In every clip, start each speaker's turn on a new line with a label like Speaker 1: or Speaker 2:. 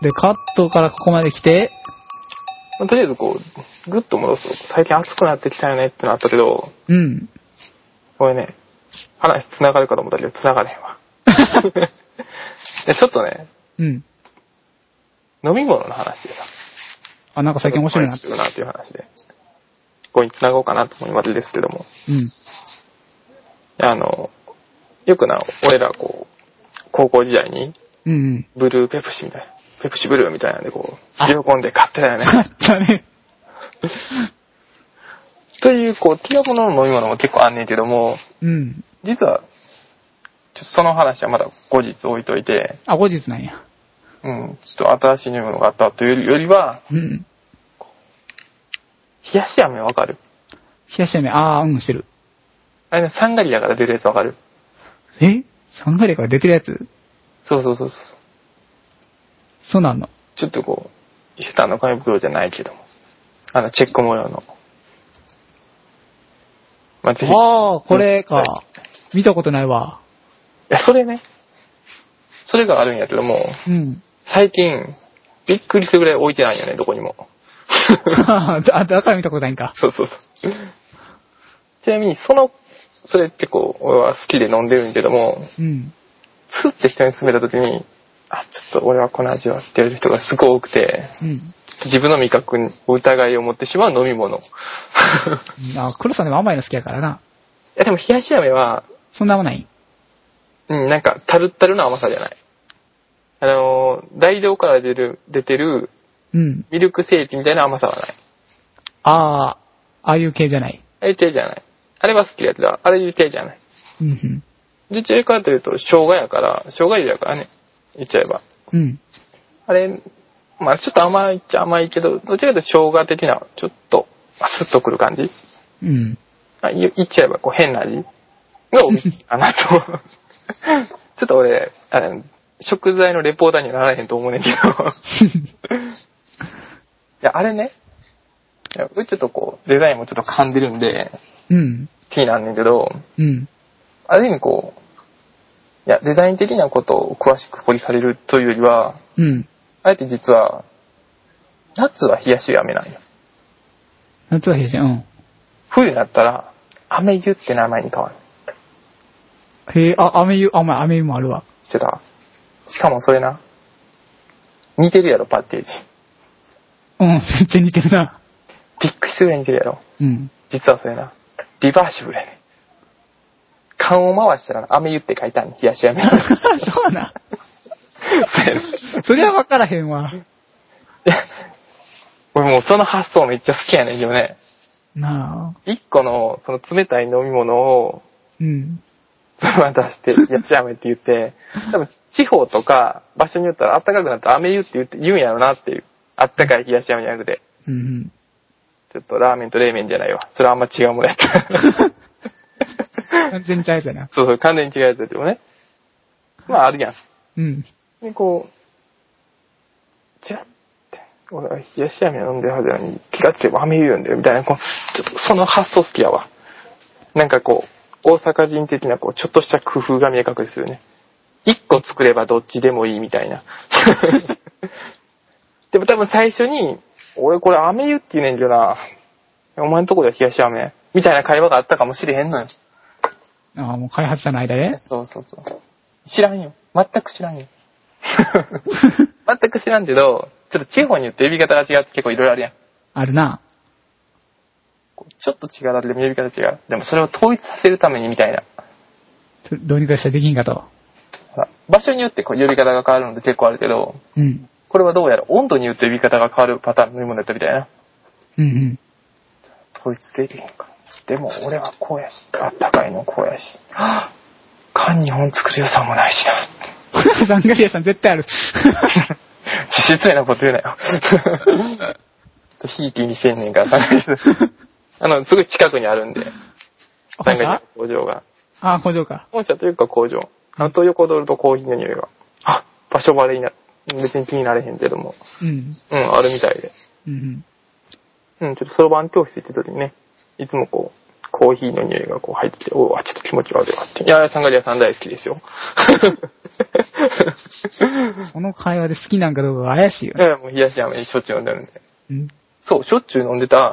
Speaker 1: で、カットからここまで来て、
Speaker 2: まあとりあえずこう、ぐっと戻すと、最近暑くなってきたよねってのあったけど、
Speaker 1: うん。
Speaker 2: これね、話繋がるかと思ったけど、繋がれへんわ。 でちょっとね、
Speaker 1: うん。
Speaker 2: 飲み物の話でさ、
Speaker 1: あ、なんか最近面白いな。
Speaker 2: ちょっと面白いなっていう話で、ここに繋ごうかなと思いますですけども、
Speaker 1: うん。
Speaker 2: あの、よくな、俺らこう、高校時代に、
Speaker 1: うんうん。
Speaker 2: ブルーペプシみたいな、ペプシブルーみたいなんでこ
Speaker 1: あ
Speaker 2: う、喜んで買ってたよね。
Speaker 1: あったね。
Speaker 2: という、こう、ティアモノの飲み物も結構あんねんけども、
Speaker 1: うん。
Speaker 2: 実は、ちょっとその話はまだ後日置いといて、
Speaker 1: あ、後日なんや。
Speaker 2: うん、ちょっと新しい飲み物があったというよりは、
Speaker 1: うん。
Speaker 2: 冷やし飴わかる
Speaker 1: 冷やし飴、あー、うん、してる。
Speaker 2: あれね、サンガリアから出るやつわかる
Speaker 1: えサンガリアから出てるやつ
Speaker 2: そうそうそうそう。
Speaker 1: そうなんの。
Speaker 2: ちょっとこう、伊勢丹の紙袋じゃないけども、あの、チェック模様の。まあ、ぜひ。い
Speaker 1: あー、これか。見たことないわ。
Speaker 2: や、それね。それがあるんやけども、
Speaker 1: うん。
Speaker 2: 最近、びっくりするぐらい置いてないよね、どこにも。
Speaker 1: あ、 だから見たことないんか。
Speaker 2: そうそうそう。ちなみに、その、それ結構俺は好きで飲んでるんけども、
Speaker 1: うん。
Speaker 2: スッて人に勧めた時に、あ、ちょっと俺はこの味は知ってる人がすごい多くて、
Speaker 1: うん。
Speaker 2: ちょっと自分の味覚に疑いを持ってしまう飲み物。い
Speaker 1: あ、黒さんでも甘いの好きやからな。
Speaker 2: や、でも冷やし飴は、
Speaker 1: そんなもない
Speaker 2: うん、なんか、タルッタルの甘さじゃない。あのー、大道から出る、出てる、
Speaker 1: うん。
Speaker 2: ミルクセーキみたいな甘さはない。
Speaker 1: あー、ああいう系じゃない。
Speaker 2: あれ系じゃない。あれは好きだけど、あれいう系じゃない。
Speaker 1: うん、
Speaker 2: どちらかというと、生姜やから、生姜湯やからね、言っちゃえば。
Speaker 1: うん。うん。
Speaker 2: あれ、まあちょっと甘いっちゃ甘いけど、どちらかというと生姜的な、ちょっと、まあスッとくる感じ。
Speaker 1: うん。
Speaker 2: あ言言っちゃえば、こう、変な味が美味しい かなと思う。ちょっと俺、あの、食材のレポーターにはならへんと思うねんけど。いや、あれね、いやうちょっとこう、デザインもちょっと噛んでるんで、
Speaker 1: うん。
Speaker 2: 気になんねんけど、
Speaker 1: うん。
Speaker 2: ある意味こう、いや、デザイン的なことを詳しく掘りされるというよりは、
Speaker 1: うん。
Speaker 2: あえて実は、夏は冷やし飴なんよ。
Speaker 1: 夏は冷やし、うん。
Speaker 2: 冬になったら、飴湯って名前に変わる。
Speaker 1: へえ、あ、飴湯、あ、お前飴湯もあるわ。
Speaker 2: してたしかもそれな、似てるやろ、パッケージ。
Speaker 1: うん、 めっちゃ似てるな。
Speaker 2: びっくりするぐらい似てるやろ。
Speaker 1: うん。
Speaker 2: 実はそれな、リバーシブルやね。缶を回したらな、飴湯って書いたん冷やし 飴。
Speaker 1: そうな。
Speaker 2: そうやね
Speaker 1: それは分からへんわ。
Speaker 2: いや俺もうその発想めっちゃ好きやねんけどね。
Speaker 1: なあ。
Speaker 2: 一個の、その冷たい飲み物を、
Speaker 1: うん。
Speaker 2: まあ出して、冷やし飴って言って、多分地方とか場所によったら暖かくなったら飴湯って言って言うんやろなっていう。あったかい冷やし飴じゃなくて。
Speaker 1: うんうん。
Speaker 2: ちょっとラーメンと冷麺じゃないわ。それはあんま違うものやった。
Speaker 1: 完全にちゃうやつやな。
Speaker 2: そうそう、完全に違うやつだけどね。まああるやん。
Speaker 1: うん。
Speaker 2: で、こう、チラって、俺は冷やし飴飲んでるはずやのに、気がつけば飴湯飲んでるみたいな、こう、ちょっとその発想好きやわ。なんかこう、大阪人的な、こう、ちょっとした工夫が見え隠れするね。一個作ればどっちでもいいみたいな。 でも多分最初に、俺これ飴湯って言うねんけどな、お前んとこでは冷やし飴みたいな会話があったかもしれへんのよ。
Speaker 1: ああ、もう開発者の間で。
Speaker 2: そうそうそう。知らんよ。全く知らんよ。全く知らんけど、ちょっと地方によって呼び方が違って結構いろいろあるやん。
Speaker 1: あるな。
Speaker 2: こうちょっと違うだけでも呼び方違う。でもそれを統一させるためにみたいな。
Speaker 1: そどうにかしたらできんかと。
Speaker 2: ほら場所によってこう呼び方が変わるので結構あるけど、
Speaker 1: うん。
Speaker 2: これはどうやら温度によって呼び方が変わるパターンのものだったみたいな。
Speaker 1: うんうん。
Speaker 2: 統一できへんか。でも俺はこうやし、あったかいのこうやし。はぁ缶日本作る予算もないしな。
Speaker 1: サンガリアさん絶対ある。
Speaker 2: 実際なこと言うなよ。ちょっとひいきにしてんねんから、あの、すぐ近くにあるんで、
Speaker 1: 本
Speaker 2: 三階
Speaker 1: 社
Speaker 2: 工場が。
Speaker 1: ああ、工場か。
Speaker 2: 本社というか工場。あと横通るとコーヒーの匂いが。あ、場所バレにな、別に気になれへんけども。
Speaker 1: うん。
Speaker 2: うん、あるみたいで。
Speaker 1: うんうん。
Speaker 2: うん、ちょっとそろばん教室行ってた時にね、いつもこう、コーヒーの匂いがこう入ってきて、おお、ちょっと気持ち悪いわって。いや、サンガリアさん大好きですよ。
Speaker 1: その会話で好きなんかどうか怪しいよ
Speaker 2: いや
Speaker 1: ね。
Speaker 2: いや、もう冷やし飴しょっちゅう飲んでるんで。
Speaker 1: うん。
Speaker 2: そう、しょっちゅう飲んでた、っ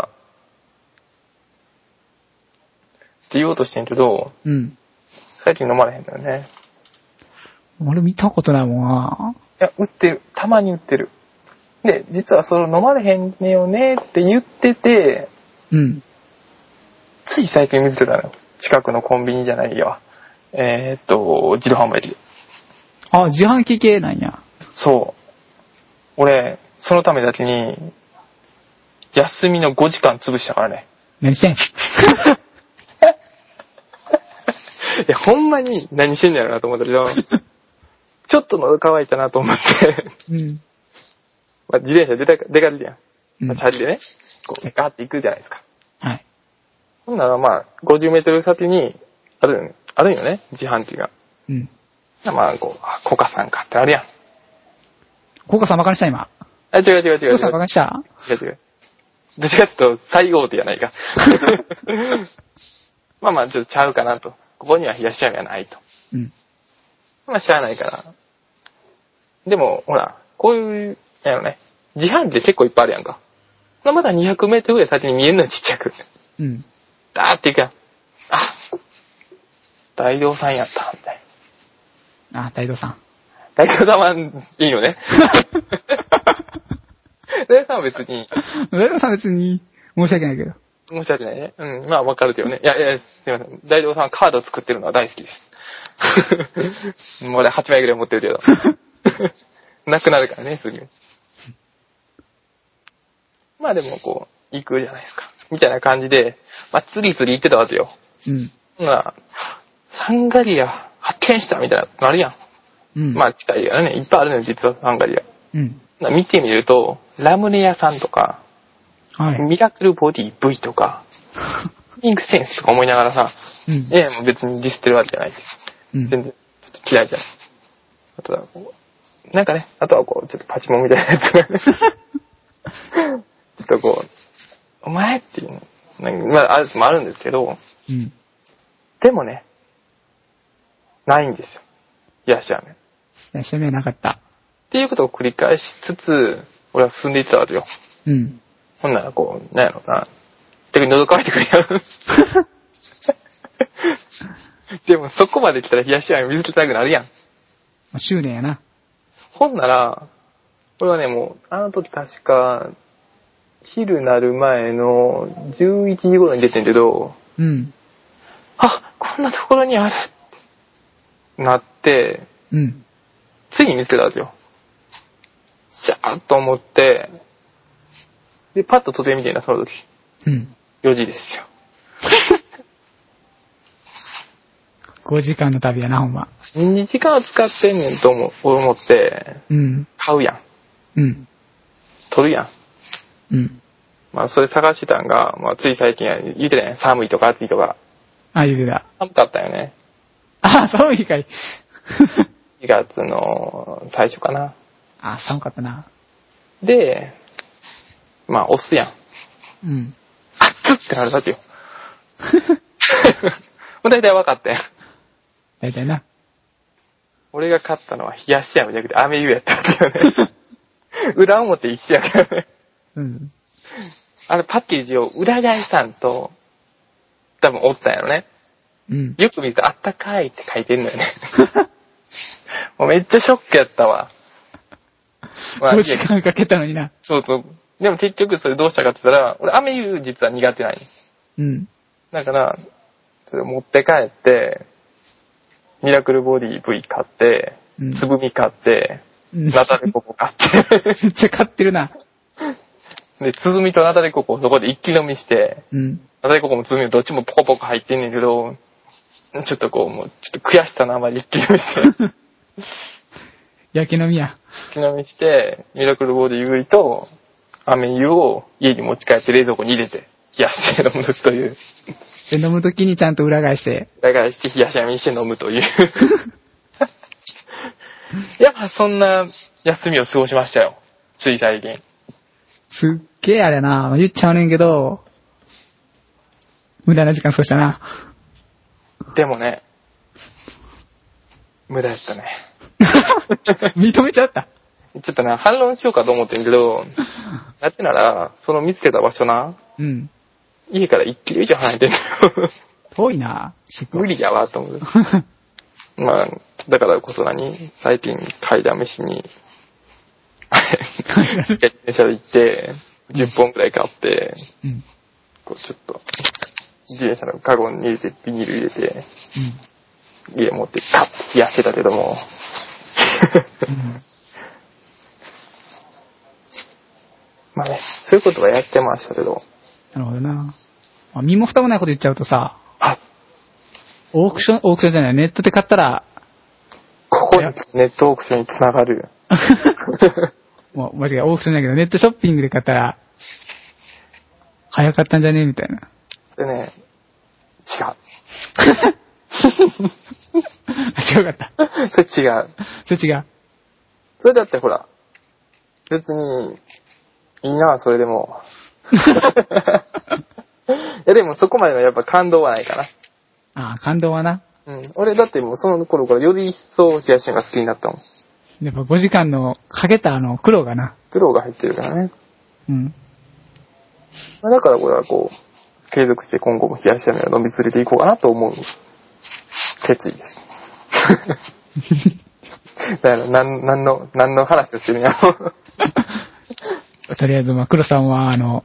Speaker 2: て言おうとしてんけど、
Speaker 1: うん。
Speaker 2: 最近飲まれへんのよね。
Speaker 1: 俺見たことないもんない
Speaker 2: や、売ってる。たまに売ってる。で、実はそれを飲まれへんねよねって言ってて、
Speaker 1: うん。
Speaker 2: つい最近見つけたのよ。近くのコンビニじゃないよ。えー、っと、自動販売機で。
Speaker 1: あ、自販機系なんや。
Speaker 2: そう。俺、そのためだけに、休みの5時間潰したからね。
Speaker 1: 何してん
Speaker 2: いや、ほんまに何してんのやろなと思ったけ ど、ちょっと喉乾いたなと思って、
Speaker 1: うん。
Speaker 2: まあ、自転車出た出かけるやん。
Speaker 1: うん
Speaker 2: まあ、チャリでね、こう、ガーって行くじゃないですか。
Speaker 1: はい。
Speaker 2: ほんならまあ、50メートル先に、あるよね、あるんよね、自販機が。
Speaker 1: うん。
Speaker 2: まあ、こう、あ、コカさんかってあるやん。
Speaker 1: コカさんバカにした今。
Speaker 2: あ、違う違う違う違
Speaker 1: コカ
Speaker 2: う。
Speaker 1: さんバカにした
Speaker 2: 違う違う。どっちかっていうと、最大手やな いか。 まあまあ、ちょっとちゃうかなと。ここには冷やし飴がないと。
Speaker 1: うん。
Speaker 2: まあ、しゃあないから。でも、ほら、こういう、やろね。自販機で結構いっぱいあるやんか。まあまだ200メートルぐらい先に見えるのよちっちゃく。
Speaker 1: うん。
Speaker 2: ダーっていくやん。あ、大道さんやった、みたいな。
Speaker 1: あ、大道さん。
Speaker 2: 大道さんはいいよね。大道さんは別に、
Speaker 1: 大道さん別に申し訳ないけど。
Speaker 2: 申し訳ないね。うん、まあわかるけどね。いやいや、すいません。大道さんはカード作ってるのは大好 きです。もう俺8枚ぐらい持ってるけど。なくなるからね、すぐに。まあでもこう、行くじゃないですか。みたいな感じで、まあ次々行ってたわけよ。
Speaker 1: うん。
Speaker 2: まあ、サンガリア発見したみたいなのあるやん。
Speaker 1: うん。
Speaker 2: まあ近いからね、いっぱいあるのよ、実はサンガリア。
Speaker 1: うん。
Speaker 2: まあ見てみると、ラムネ屋さんとか、
Speaker 1: はい。
Speaker 2: ミラクルボディ V とか、ピンクセンスとか思いながらさ、
Speaker 1: うん
Speaker 2: い。やいやもう別にディスってるわけじゃないです。
Speaker 1: うん
Speaker 2: 全。然嫌いじゃない。あとはこう、なんかね、あとはこう、ちょっとパチモンみたいなやつがね、 ちょっとこう、お前っていうの、なんかまあ、あるもあるんですけど、
Speaker 1: うん。
Speaker 2: でもね、ないんですよ。いらっしゃるね。
Speaker 1: 一緒にはなかった。
Speaker 2: っていうことを繰り返しつつ、俺は進んでいってたわけよ。
Speaker 1: うん。
Speaker 2: ほんならこう、なんやろな。てか喉乾いてくるやん。でもそこまで来たら冷やし飴水けたくなるやん。
Speaker 1: まあ執念やな。
Speaker 2: ほんなら、これはね、もう、あの時確か、昼なる前の11時頃に出てんけど、
Speaker 1: うん。
Speaker 2: あ、こんなところにあるなって、
Speaker 1: うん。
Speaker 2: ついに見つけたんですよ。じゃーっと思って、で、パッと時計見てんな、その時。
Speaker 1: うん。
Speaker 2: 4時ですよ。
Speaker 1: 5時間の旅やな、ほんま。
Speaker 2: 2時間を使ってんねんと思思って、
Speaker 1: うん。
Speaker 2: 買うやん。
Speaker 1: うん。
Speaker 2: 取るやん。
Speaker 1: うん。
Speaker 2: まあ、それ探してたんが、まあ、つい最近や、言うてたやん。寒いとか暑いとか。
Speaker 1: あ、言うてた。
Speaker 2: 寒かったよね。
Speaker 1: あ、寒いか い。
Speaker 2: 4月の最初かな。
Speaker 1: あ、寒かったな。
Speaker 2: で、まあ、押すやん。
Speaker 1: うん。
Speaker 2: 熱っってなるわけよ。 もう大体分かったやん。
Speaker 1: だいたいな。
Speaker 2: 俺が勝ったのは冷やし飴じゃなくて飴湯やったわけよね。 裏表一緒やからね。
Speaker 1: うん。
Speaker 2: あのパッケージを裏返したんと、多分折ったんやろね。
Speaker 1: うん。
Speaker 2: よく見るとあったかいって書いてんのよね。 もうめっちゃショックやったわ。まあ、
Speaker 1: 5
Speaker 2: い
Speaker 1: 時
Speaker 2: や
Speaker 1: 間かけたのにな。
Speaker 2: そうそう。でも結局それどうしたかって言ったら、俺飴湯実は苦手なんよ
Speaker 1: うん。
Speaker 2: だから、それを持って帰って、ミラクルボディ V 買って
Speaker 1: うん、
Speaker 2: つぶみ買って、
Speaker 1: うん
Speaker 2: ナタデココ買 って、
Speaker 1: めっちゃ買ってるな。
Speaker 2: で、つぶみとナタデココをそこで一気飲みして、
Speaker 1: うん。
Speaker 2: ナタデココもつぶみもどっちもポコポコ入ってんねんけど、ちょっとこう、もう、ちょっと悔しさのあまり一気飲みして、
Speaker 1: 焼け飲みや。
Speaker 2: 一気飲みして、ミラクルボディ V と、飴湯を家に持ち帰って冷蔵庫に入れて、冷やして飲むという。
Speaker 1: で、飲むときにちゃんと裏返して。
Speaker 2: だからして冷やし飴にして飲むという。いや、まあそんな休みを過ごしましたよ。つい最近。
Speaker 1: すっげえあれやな。まあ言っちゃうねんけど、
Speaker 3: 無駄な時間そうしたな。
Speaker 2: でもね、無駄やったね。
Speaker 3: 認めちゃった。
Speaker 2: ちょっとね、反論しようかと思ってんけど、なぜなら、その見つけた場所な、
Speaker 3: うん。
Speaker 2: 家から1キロ以上離れてんのよ。
Speaker 3: 遠いな、しっ
Speaker 2: 無 理やわ、と思う。まあ、だからこそ何最近買いだめしに、あれ、自転車で行って、10本くらい買って、
Speaker 3: うん。うん。
Speaker 2: こうちょっと、自転車のカゴに入れて、ビニール入れて、家持って、カッて冷やしてたけども、
Speaker 3: うん
Speaker 2: まあね、そういうことはやってましたけど、
Speaker 3: なるほどな。まあ、身も蓋もないこと言っちゃうとさ、
Speaker 2: あ、
Speaker 3: オークション、オークションじゃない、ネットで買ったら、
Speaker 2: ここでネットオークションにつながる。
Speaker 3: もう、間違い、オークションじゃないけど、ネットショッピングで買ったら、早かったんじゃねみたいな。
Speaker 2: でね、違う。
Speaker 3: 違うかった。
Speaker 2: それ違う。
Speaker 3: それ違う。
Speaker 2: それだってほら、別に、いいな、それで も。いや、でもそこまでのやっぱ感動はないか
Speaker 3: ああ、感動はな。
Speaker 2: な。うん。俺だってもうその頃からより一層冷やしんが好きになったもん。
Speaker 3: やっぱ5時間のかけたあの苦労がな。
Speaker 2: 苦労が入ってるからね。
Speaker 3: うん。
Speaker 2: まあだからこれはこう、継続して今後も冷やしラを飲み連れていこうかなと思う決意 です。だからなん、なんの、なんの話をしてるんやろ。
Speaker 3: とりあえず、まあ、黒さんは、あの、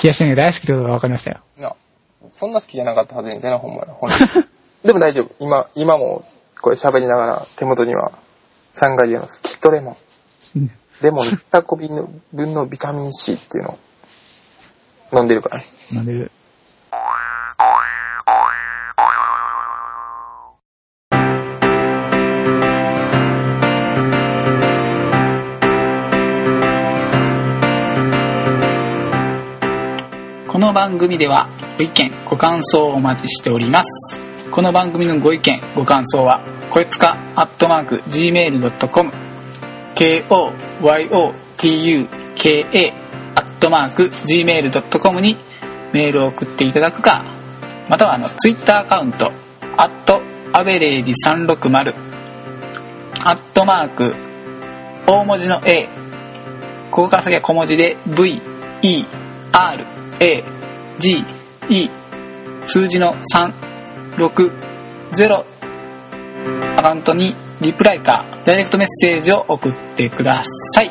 Speaker 3: 冷やしが大好きってことが分かりましたよ。
Speaker 2: いや、そんな好きじゃなかったはずやねんな、ほんまに。ほんまにでも大丈夫。今、今も、これ喋りながら、手元には、サンガリアのスキットレモン。
Speaker 3: うん
Speaker 2: レモン2個分の分のビタミン C っていうのを飲んでるからね。
Speaker 3: 飲んでる。この番組ではご意見ご感想をお待ちしておりますこの番組のご意見ご感想はこいつかアットマーク gmail.com koyotsuka アットマーク gmail.com にメールを送っていただくかまたはあのツイッターアカウントアットアベレージ360アットマーク大文字の A ここから先は小文字で VERAGE 数字の360アカウントにリプライかダイレクトメッセージを送ってください、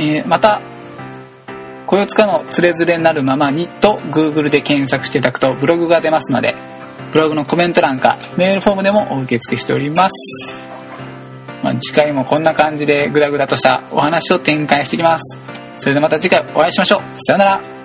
Speaker 3: えーまた「こよつかのつれづれになるままに」と Google で検索していただくとブログが出ますのでブログのコメント欄かメールフォームでもお受け付けしております、まあ、次回もこんな感じでグダグダとしたお話を展開していきますそれではまた次回お会いしましょうさようなら